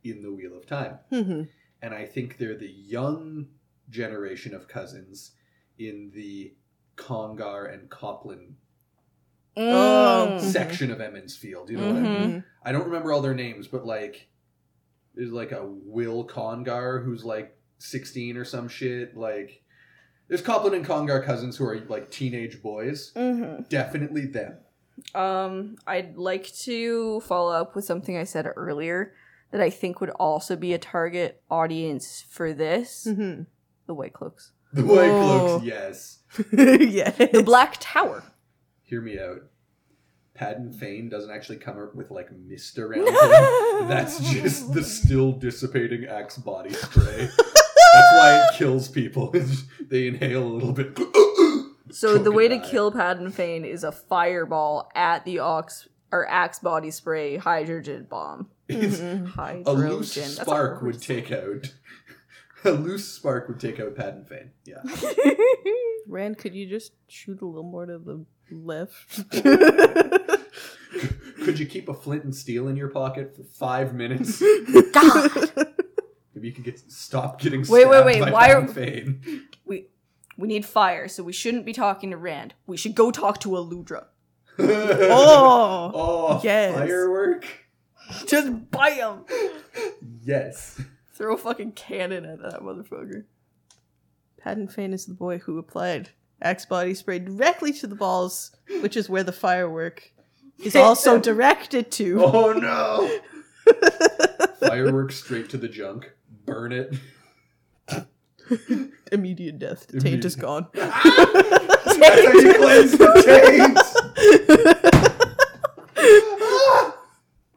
[SPEAKER 3] in the Wheel of Time.
[SPEAKER 5] Mm-hmm.
[SPEAKER 3] And I think they're the young generation of cousins in the Congar and Copland
[SPEAKER 2] Um, Mm-hmm. Mm.
[SPEAKER 5] Oh. Mhm.
[SPEAKER 3] section of Emmonsfield. You know what I
[SPEAKER 5] Mm-hmm.
[SPEAKER 3] mean? I don't remember all their names, but like there's like a Will Congar who's like 16 or some shit. Like there's Coplin and Congar cousins who are like teenage boys.
[SPEAKER 5] Mm-hmm.
[SPEAKER 3] Definitely them.
[SPEAKER 2] Um, I'd like to follow up with something I said earlier that I think would also be a target audience for this:
[SPEAKER 5] Mm-hmm.
[SPEAKER 2] the White Cloaks,
[SPEAKER 3] The White
[SPEAKER 5] Whoa.
[SPEAKER 3] Cloaks, yes.
[SPEAKER 5] yeah.
[SPEAKER 2] the Black Tower.
[SPEAKER 3] Hear me out. Padden Fane doesn't actually come up with like mist around him. That's just the still dissipating axe body spray. That's why it kills people. they inhale a little bit.
[SPEAKER 2] So the way to
[SPEAKER 3] Crocodile.
[SPEAKER 2] kill Padden Fane is a fireball at the ox or axe body spray hydrogen bomb.
[SPEAKER 3] It's-
[SPEAKER 2] Hydrogen.
[SPEAKER 3] a loose
[SPEAKER 2] Mm-hmm. That's a
[SPEAKER 3] spark
[SPEAKER 2] hard
[SPEAKER 3] would
[SPEAKER 2] word.
[SPEAKER 3] take out a loose spark would take out Pat and Fane. Yeah.
[SPEAKER 5] Rand, could you just shoot a little more to the left?
[SPEAKER 3] Could you keep a flint and steel in your pocket for five minutes? Maybe you can get stop getting
[SPEAKER 2] Wait, wait,
[SPEAKER 3] stabbed
[SPEAKER 2] wait,
[SPEAKER 3] by
[SPEAKER 2] why
[SPEAKER 3] Pat
[SPEAKER 2] are-
[SPEAKER 3] and Fane.
[SPEAKER 2] we we need fire, so we shouldn't be talking to Rand. We should go talk to Aludra.
[SPEAKER 3] oh,
[SPEAKER 5] oh,
[SPEAKER 3] oh
[SPEAKER 5] yes.
[SPEAKER 3] firework.
[SPEAKER 2] Just bam!
[SPEAKER 3] Yes.
[SPEAKER 2] Throw a fucking cannon at that motherfucker.
[SPEAKER 5] Patton Fane is the boy who applied axe body spray directly to the balls, which is where the firework is also directed to.
[SPEAKER 3] Oh no. Fireworks straight to the junk. Burn it.
[SPEAKER 5] Immediate death. The taint is gone.
[SPEAKER 3] That's how you cleanse the taint.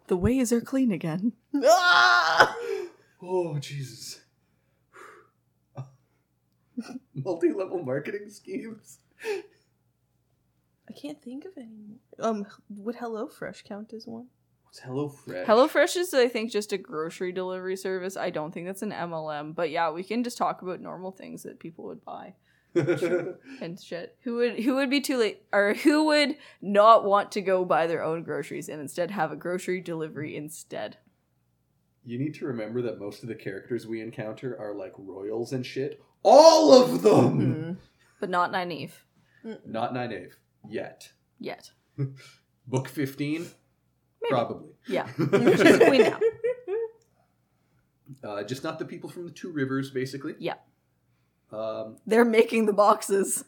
[SPEAKER 2] The ways are clean again.
[SPEAKER 5] Ah!
[SPEAKER 3] Oh Jesus! Multi-level marketing schemes.
[SPEAKER 5] I can't think of any. more. Um, would HelloFresh count as one?
[SPEAKER 3] What's HelloFresh?
[SPEAKER 2] HelloFresh is, I think, just a grocery delivery service. I don't think that's an MLM, but yeah, we can just talk about normal things that people would buy. and shit. Who would who would be too late or who would not want to go buy their own groceries and instead have a grocery delivery instead?
[SPEAKER 3] you need to remember that most of the characters we encounter are like royals and shit, All of
[SPEAKER 5] Hmm.
[SPEAKER 3] them.
[SPEAKER 2] but not Nynaeve
[SPEAKER 3] Not nine Ave yet.
[SPEAKER 2] yet.
[SPEAKER 3] Book fifteen, probably.
[SPEAKER 2] Yeah, she's a queen now.
[SPEAKER 3] Uh, just not the people from the two rivers, basically.
[SPEAKER 2] Yeah.
[SPEAKER 3] Um,
[SPEAKER 2] They're making the boxes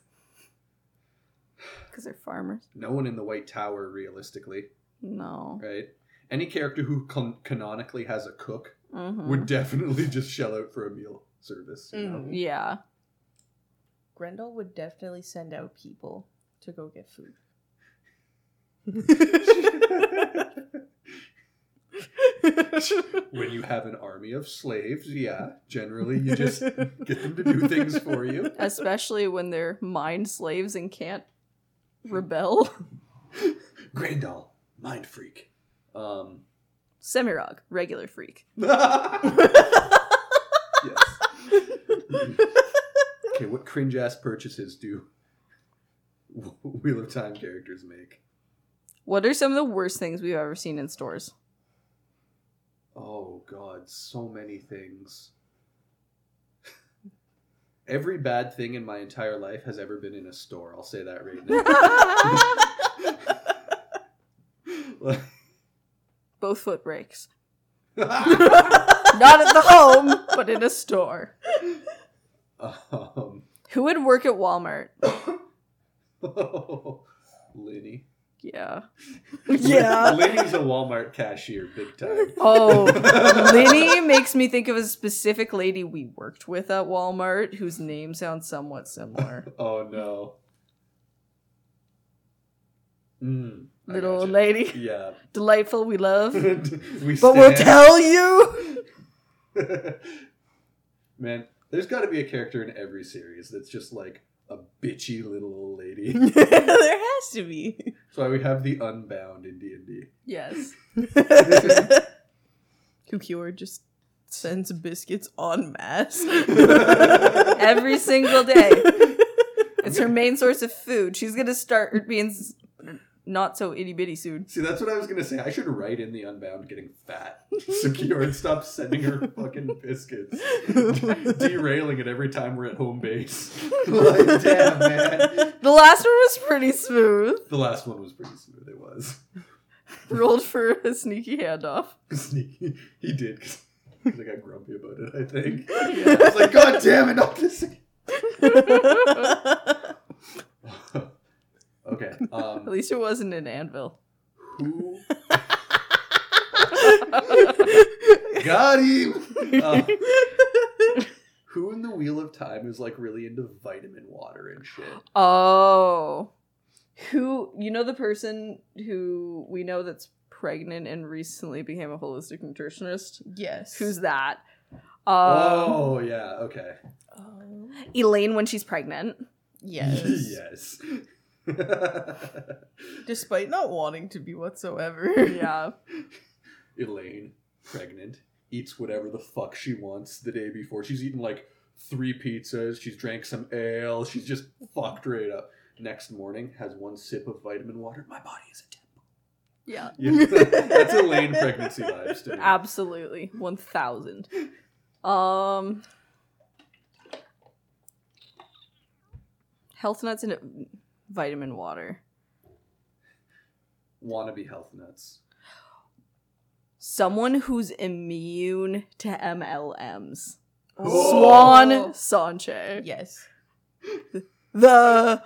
[SPEAKER 2] because they're farmers.
[SPEAKER 3] no one in the White Tower, realistically,
[SPEAKER 2] No.
[SPEAKER 3] right? Any character who con- canonically has a cook
[SPEAKER 2] Mhm.
[SPEAKER 3] would definitely just shell out for a meal service. You know?
[SPEAKER 5] Mm.
[SPEAKER 2] Yeah.
[SPEAKER 5] Grendel would definitely send out people to go get food.
[SPEAKER 3] when you have an army of slaves, yeah, generally you just get them to do things for you.
[SPEAKER 2] Especially when they're mind slaves and can't rebel.
[SPEAKER 3] Grandal, mind freak. Um,
[SPEAKER 2] Semirog, regular freak.
[SPEAKER 3] yes. okay, what cringe ass purchases do Wheel of Time characters make?
[SPEAKER 2] What are some of the worst things we've ever seen in stores?
[SPEAKER 3] Oh god, so many things. Every bad thing in my entire life has ever been in a store. I'll say that right now. Like-
[SPEAKER 2] Both foot breaks. Not at the home, but in a store.
[SPEAKER 3] um,
[SPEAKER 2] Who would work at Walmart?
[SPEAKER 3] Lenny.
[SPEAKER 2] Yeah.
[SPEAKER 5] yeah.
[SPEAKER 3] Lenny's a Walmart cashier, big time.
[SPEAKER 2] Oh, Linny makes me think of a specific lady we worked with at Walmart whose name sounds somewhat similar.
[SPEAKER 3] Oh no. Mm, I
[SPEAKER 2] Little
[SPEAKER 3] gotcha.
[SPEAKER 2] lady.
[SPEAKER 3] Yeah.
[SPEAKER 2] Delightful, we love.
[SPEAKER 3] we
[SPEAKER 5] But we'll
[SPEAKER 3] stand-
[SPEAKER 5] tell you.
[SPEAKER 3] Man, there's got to be a character in every series that's just like a bitchy little old lady.
[SPEAKER 5] there has to be.
[SPEAKER 3] That's why we have the Unbound in D and D.
[SPEAKER 2] Yes.
[SPEAKER 5] Kukior just sends biscuits en masse.
[SPEAKER 2] Every single day. It's her main source of food. She's gonna start being s- not so itty bitty soon.
[SPEAKER 3] See, that's what I was gonna say. I should write in the Unbound getting fat, secure, and stop sending her fucking biscuits, derailing it every time we're at home base. like, damn, man.
[SPEAKER 2] The last one was pretty smooth.
[SPEAKER 3] The last one was pretty smooth. It was
[SPEAKER 2] Rolled for a sneaky handoff.
[SPEAKER 3] sneaky. He did because I got grumpy about it. I think. I was like, God damn it, not this. again." okay.
[SPEAKER 2] At
[SPEAKER 3] Um,
[SPEAKER 2] least it wasn't an anvil.
[SPEAKER 3] who got him? Uh, who in the Wheel of Time is like really into vitamin water and shit?
[SPEAKER 2] Oh. Who you know the person who we know that's pregnant and recently became a holistic nutritionist?
[SPEAKER 5] yes.
[SPEAKER 2] Who's that? Um
[SPEAKER 3] oh yeah. Okay.
[SPEAKER 5] Um,
[SPEAKER 2] Elaine when she's pregnant.
[SPEAKER 5] yes.
[SPEAKER 3] yes.
[SPEAKER 5] Despite not wanting to be whatsoever.
[SPEAKER 2] Yeah.
[SPEAKER 3] Elaine, pregnant, eats whatever the fuck she wants the day before. She's eaten like three pizzas, she's drank some ale, she's just fucked right up. Next morning, has one sip of vitamin water. My body is a temple.
[SPEAKER 2] Yeah.
[SPEAKER 3] Yeah, that's Elaine pregnancy vibes to me.
[SPEAKER 2] Absolutely. 1000. Um Health nuts and vitamin water.
[SPEAKER 3] Wannabe health nuts.
[SPEAKER 2] Someone who's immune to MLMs.
[SPEAKER 3] Oh.
[SPEAKER 2] Swan Sanche.
[SPEAKER 5] Yes.
[SPEAKER 2] the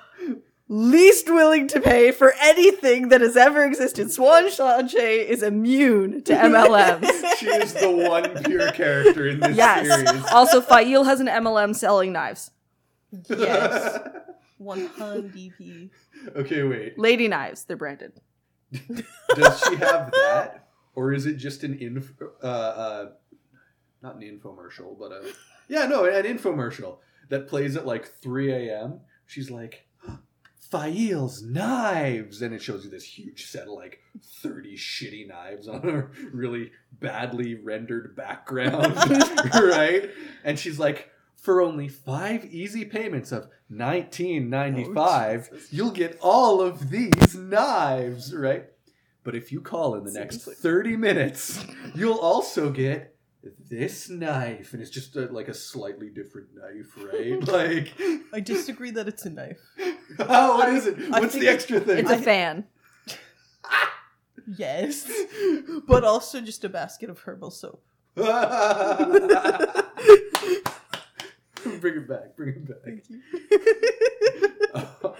[SPEAKER 2] least willing to pay for anything that has ever existed. Swan Sanche is immune to MLMs.
[SPEAKER 3] She is the one pure character in this
[SPEAKER 2] Yes.
[SPEAKER 3] series.
[SPEAKER 2] also, Fail has an MLM selling knives,
[SPEAKER 5] Yes. 100 DP.
[SPEAKER 3] okay, wait.
[SPEAKER 2] lady knives. They're branded.
[SPEAKER 3] Does she have that? Or is it just an inf- uh, uh, not an infomercial, but a yeah, no, an infomercial that plays at like 3 a.m. She's like, Fail's knives, and it shows you this huge set of like 30 shitty knives on a really badly rendered background, right? And she's like, for only five easy payments of $19.95, you'll get all of these knives, right? But if you call in the next
[SPEAKER 5] Seriously.
[SPEAKER 3] 30 minutes, you'll also get this knife, and it's just a, like a slightly different knife, right? like,
[SPEAKER 5] I disagree that it's a knife.
[SPEAKER 3] oh, what is it?
[SPEAKER 5] I
[SPEAKER 3] What's
[SPEAKER 5] think
[SPEAKER 3] the extra thing?
[SPEAKER 2] It's a fan.
[SPEAKER 5] Yes, but also just a basket of herbal soap.
[SPEAKER 3] bring it back. Bring it back.
[SPEAKER 5] Thank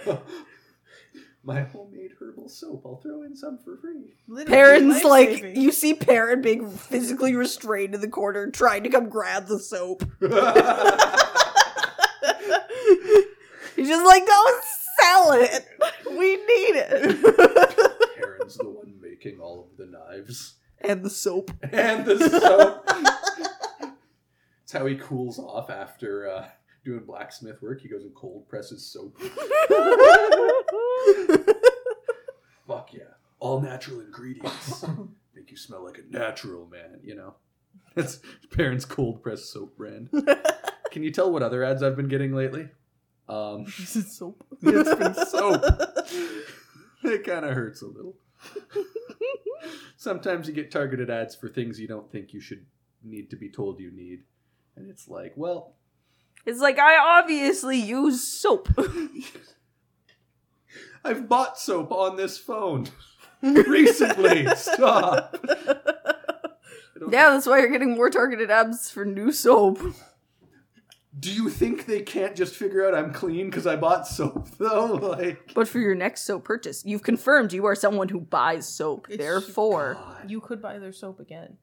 [SPEAKER 5] you.
[SPEAKER 3] My homemade herbal soap. I'll throw in some for free.
[SPEAKER 5] Literally
[SPEAKER 2] Parents like
[SPEAKER 5] life-saving.
[SPEAKER 2] you see Parent being physically restrained in the corner, trying to come grab the soap. He's just like, go sell it. We need it.
[SPEAKER 3] Karen's the one making all of the knives
[SPEAKER 2] and the soap.
[SPEAKER 3] and the soap. It's how he cools off after uh, doing blacksmith work. He goes and cold presses soap. Fuck yeah! All natural ingredients. Make you smell like a natural man. You know, that's Karen's cold press soap brand. Can you tell what other ads I've been getting lately? Um,
[SPEAKER 5] This is soap.
[SPEAKER 3] It's been soap. it kind of hurts a little. Sometimes you get targeted ads for things you don't think you should need to be told you need. And it's like, well,
[SPEAKER 2] It's like I obviously use soap.
[SPEAKER 3] I've bought soap on this phone recently. Stop. I don't-
[SPEAKER 2] yeah, that's why you're getting more targeted ads for new soap.
[SPEAKER 3] Do you think they can't just figure out I'm clean because I bought soap, though? Like,
[SPEAKER 2] But for your next soap purchase, you've confirmed you are someone who buys soap.
[SPEAKER 5] It's-
[SPEAKER 2] Therefore,
[SPEAKER 3] God.
[SPEAKER 5] You could buy their soap again.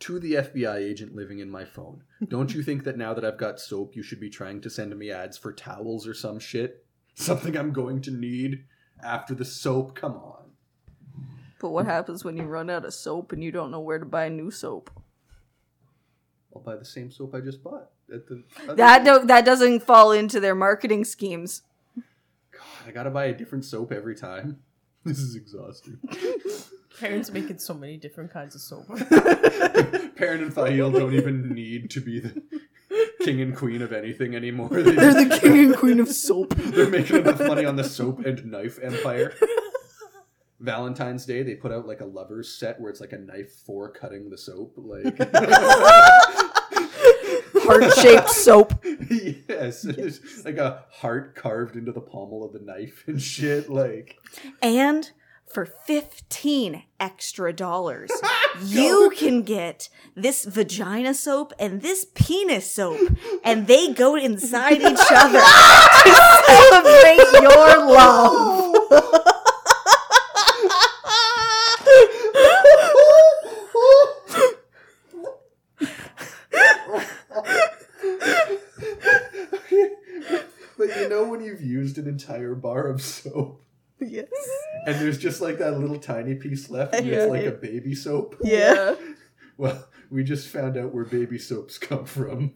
[SPEAKER 3] to the FBI agent living in my phone. Don't you think that now that I've got soap, you should be trying to send me ads for towels or some shit? Something I'm going to need after the soap? Come on.
[SPEAKER 2] but what happens when you run out of soap and you don't know where to buy new soap?
[SPEAKER 3] I'll buy the same soap I just bought at the. other-
[SPEAKER 2] That do- that doesn't fall into their marketing schemes.
[SPEAKER 3] God, I gotta buy a different soap every time. This is exhausting.
[SPEAKER 5] Parents making so many different kinds of soap.
[SPEAKER 3] Parent and Fael don't even need to be the king and queen of anything anymore. They
[SPEAKER 2] They're the
[SPEAKER 3] just-
[SPEAKER 2] king and queen of soap.
[SPEAKER 3] They're making enough money on the soap and knife empire. Valentine's Day, they put out like a lovers set where it's like a knife for cutting the soap. Like,
[SPEAKER 2] Heart shaped soap.
[SPEAKER 3] yes, it's like a heart carved into the pommel of the knife and shit. Like,
[SPEAKER 2] And for 15 extra dollars, you can get this vagina soap and this penis soap, and they go inside each other to celebrate your love.
[SPEAKER 3] but you know when you've used an entire bar of soap
[SPEAKER 5] yes.
[SPEAKER 3] and there's just like that little tiny piece left and
[SPEAKER 5] Yeah.
[SPEAKER 3] it's like a baby soap?
[SPEAKER 5] Yeah.
[SPEAKER 3] Well, we just found out where baby soaps come from.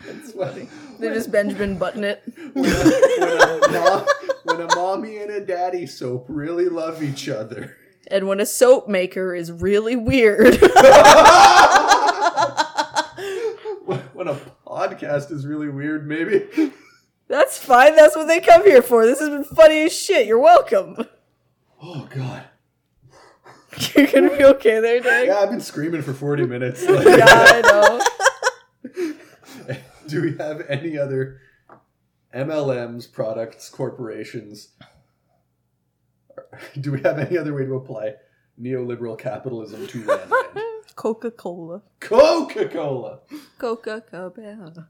[SPEAKER 3] That's funny.
[SPEAKER 2] They're just Benjamin Button it.
[SPEAKER 3] When a, when, a mom, when a mommy and a daddy soap really love each other.
[SPEAKER 2] And when a soap maker is really weird,
[SPEAKER 3] when a podcast is really weird, maybe.
[SPEAKER 2] that's fine. That's what they come here for. This has been funny as shit. You're welcome.
[SPEAKER 3] Oh, God.
[SPEAKER 2] You're gonna be okay there, Dag.
[SPEAKER 3] Yeah, I've been screaming for 40 minutes. Like,
[SPEAKER 2] I know.
[SPEAKER 3] Do we have any other MLMs, products, corporations? Do we have any other way to apply neoliberal capitalism to Landland?
[SPEAKER 5] Coca Cola.
[SPEAKER 3] Coca Cola!
[SPEAKER 2] Coca Cabana.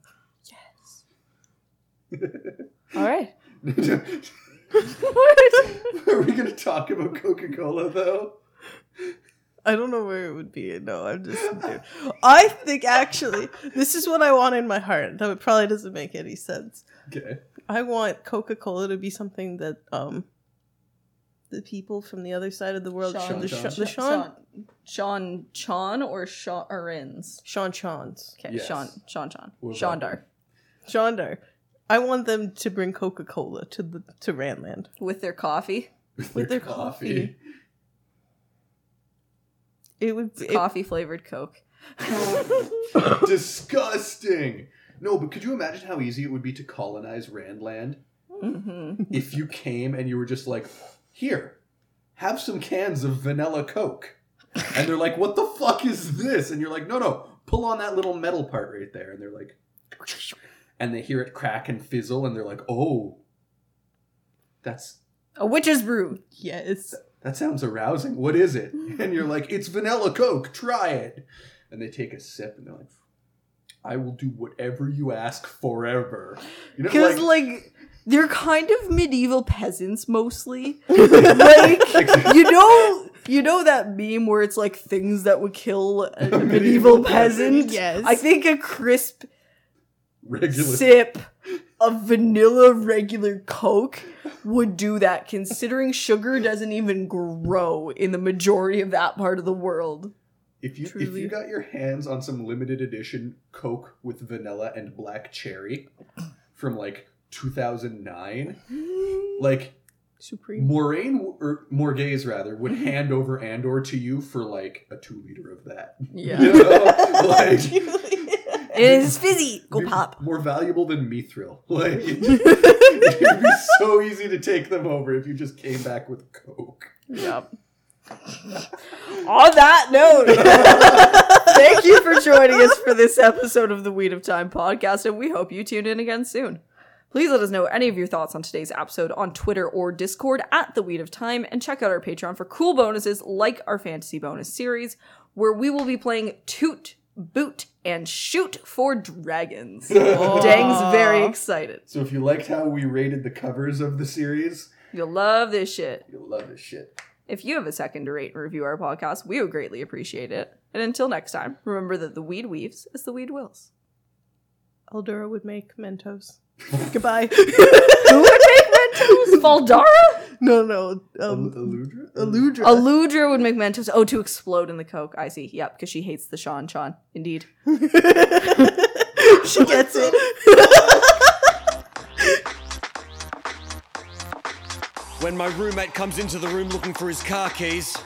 [SPEAKER 2] Yes. All right.
[SPEAKER 3] Are we going to talk about Coca Cola, though?
[SPEAKER 5] I don't know where it would be. No, I'm just. Dude. I think actually, this is what I want in my heart. Though it probably doesn't make any sense.
[SPEAKER 3] Okay.
[SPEAKER 5] I want Coca Cola to be something that um, the people from the other side of the world,
[SPEAKER 2] Sean,
[SPEAKER 5] the,
[SPEAKER 3] Sean,
[SPEAKER 5] Sean, the Sean,
[SPEAKER 2] Sean Chon or Sean Arins?
[SPEAKER 5] Sean Chons,
[SPEAKER 2] Okay,
[SPEAKER 3] Yes.
[SPEAKER 2] Sean Sean Chon.
[SPEAKER 3] What
[SPEAKER 2] Sean
[SPEAKER 3] about
[SPEAKER 2] Dar.
[SPEAKER 5] Shondar. I want them to bring Coca Cola to the to Randland.
[SPEAKER 2] With their coffee.
[SPEAKER 5] With their It would be.
[SPEAKER 2] Coffee flavored Coke.
[SPEAKER 3] Disgusting! No, but could you imagine how easy it would be to colonize Randland
[SPEAKER 2] hmm
[SPEAKER 3] if you came and you were just like, here, have some cans of vanilla Coke. and they're like, "What the fuck is this?" And you're like, "No, no, pull on that little metal part right there." And they're like, and they hear it crack and fizzle, and they're like, "Oh, that's
[SPEAKER 6] A witch's brew.
[SPEAKER 5] Yes.
[SPEAKER 3] that sounds arousing. What is it?"
[SPEAKER 6] Mm.
[SPEAKER 3] And you're like, "It's vanilla Coke. Try it." And they take a sip, and they're like, "I will do whatever you ask forever." You know,
[SPEAKER 6] Because,
[SPEAKER 3] like,
[SPEAKER 6] like, they're kind of medieval peasants mostly. like, you know. You know that meme where it's like things that would kill a
[SPEAKER 3] Medieval
[SPEAKER 6] medieval
[SPEAKER 3] peasant.
[SPEAKER 6] peasant?
[SPEAKER 5] Yes.
[SPEAKER 6] I think a crisp
[SPEAKER 3] regular.
[SPEAKER 6] sip of vanilla regular Coke would do that, considering sugar doesn't even grow in the majority of that part of the world.
[SPEAKER 3] If you if
[SPEAKER 6] Truly.
[SPEAKER 3] you got your hands on some limited edition Coke with vanilla and black cherry from like 2009,
[SPEAKER 6] Mm-hmm.
[SPEAKER 3] like
[SPEAKER 5] Supreme.
[SPEAKER 3] Moraine w- or Morgaze rather would
[SPEAKER 6] Mm-hmm.
[SPEAKER 3] hand over Andor to you for like a two liter of that.
[SPEAKER 6] Yeah.
[SPEAKER 3] You know? like,
[SPEAKER 6] it is fizzy. Go
[SPEAKER 3] you're
[SPEAKER 6] pop.
[SPEAKER 3] More valuable than Mithril. Like it'd be so easy to take them over if you just came back with Coke.
[SPEAKER 5] Yep.
[SPEAKER 6] On that note, thank you for joining us for this episode of the Weed of Time podcast, and we hope you tune in again soon. Please let us know any of your thoughts on today's episode on Twitter or Discord at The Weed of Time, and check out our Patreon for cool bonuses like our fantasy bonus series, where we will be playing Toot, Boot, and Shoot for Dragons. Dang's very excited.
[SPEAKER 3] So if you liked how we rated the covers of the series,
[SPEAKER 6] You'll love this shit.
[SPEAKER 3] you'll love this shit.
[SPEAKER 6] If you have a second to rate and review our podcast, we would greatly appreciate it. And until next time, remember that the weed weaves as the weed wills.
[SPEAKER 5] Eldora would make Mentos. Goodbye.
[SPEAKER 6] Who would make Mentos? Valdara?
[SPEAKER 5] no, no.
[SPEAKER 3] Um,
[SPEAKER 5] Um,
[SPEAKER 3] Eludra?
[SPEAKER 5] Aludra.
[SPEAKER 6] Aludra would make Mentos. Oh, to explode in the Coke. I see. Yep, because she hates the Sean Sean. Indeed.
[SPEAKER 5] she gets it.
[SPEAKER 4] When my roommate comes into the room looking for his car keys,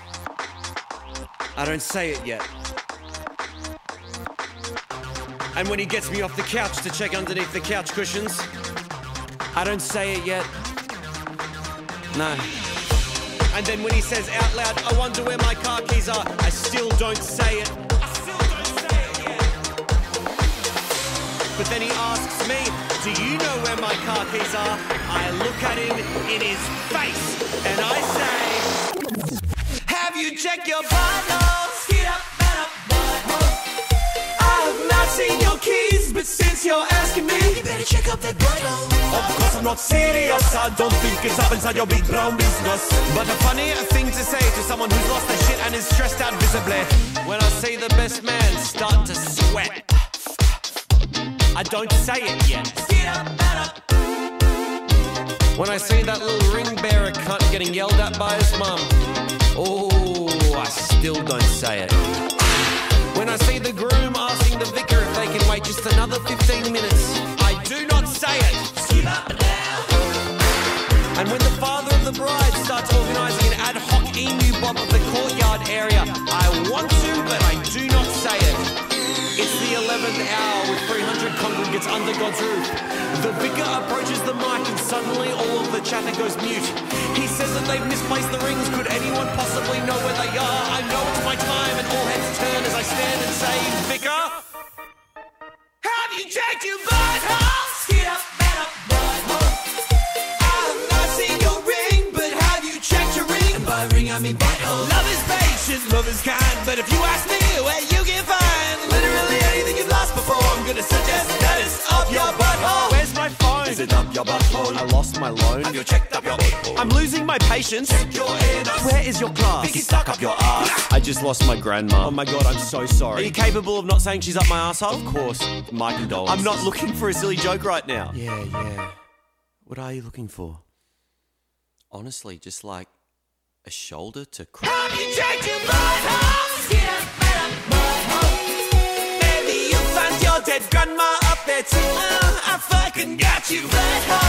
[SPEAKER 4] I don't say it yet. And when he gets me off the couch to check underneath the couch cushions, I don't say it yet. No. And then when he says out loud, I wonder where my car keys are, I still don't say it. I still don't say it yet. But then he asks me, Do you know where my car keys are? I look at him in his face and I say, Have you checked your bottles? Get up and up, butthole. I have not seen your keys, but since you're asking me, you better check up that bottle. Of course, I'm not serious. I don't think it's up inside your big brown business. But a funny thing to say to someone who's lost their shit and is stressed out visibly. When I see the best man start to sweat. I don't say it yet. When I see that little ring bearer cunt getting yelled at by his mum, oh, I still don't say it. When I see the groom asking the vicar if they can wait just another 15 minutes, I do not say it. And when the father of the bride starts organising an ad hoc emu bob of the courtyard area, I want to, but I do not say it. It's the 11th hour with 300 congregants under God's roof. The vicar approaches the mic and suddenly all of the chatter goes mute. He says that they've misplaced the rings. Could anyone possibly know where they are? I know it's my time and all heads turn as I stand and say, Vicar, have you checked your buttholes? Get up and up, butthole. I've not seen your ring, but have you checked your ring? And by ring, I mean butthole. Love is patient, love is kind, but if you ask me where you can find literally anything you've lost before, I'm gonna suggest that it's up your butthole. Where's my phone? Is it up your butthole? I lost my loan. Have you checked up your butthole? I'm losing my patience. Check your anus. Where is your class? Think it's stuck up your ass. I just lost my grandma. Oh my god, I'm so sorry. Are you capable of not saying she's up my asshole? Of course. My condolences. I'm not looking for a silly joke right now. Yeah, yeah. What are you looking for? Honestly, just like a shoulder to cry. Have you checked your buttholes? Get a better butthole. Maybe you found your dead grandma up there too. Oh, I fucking Uh, got you, butthole.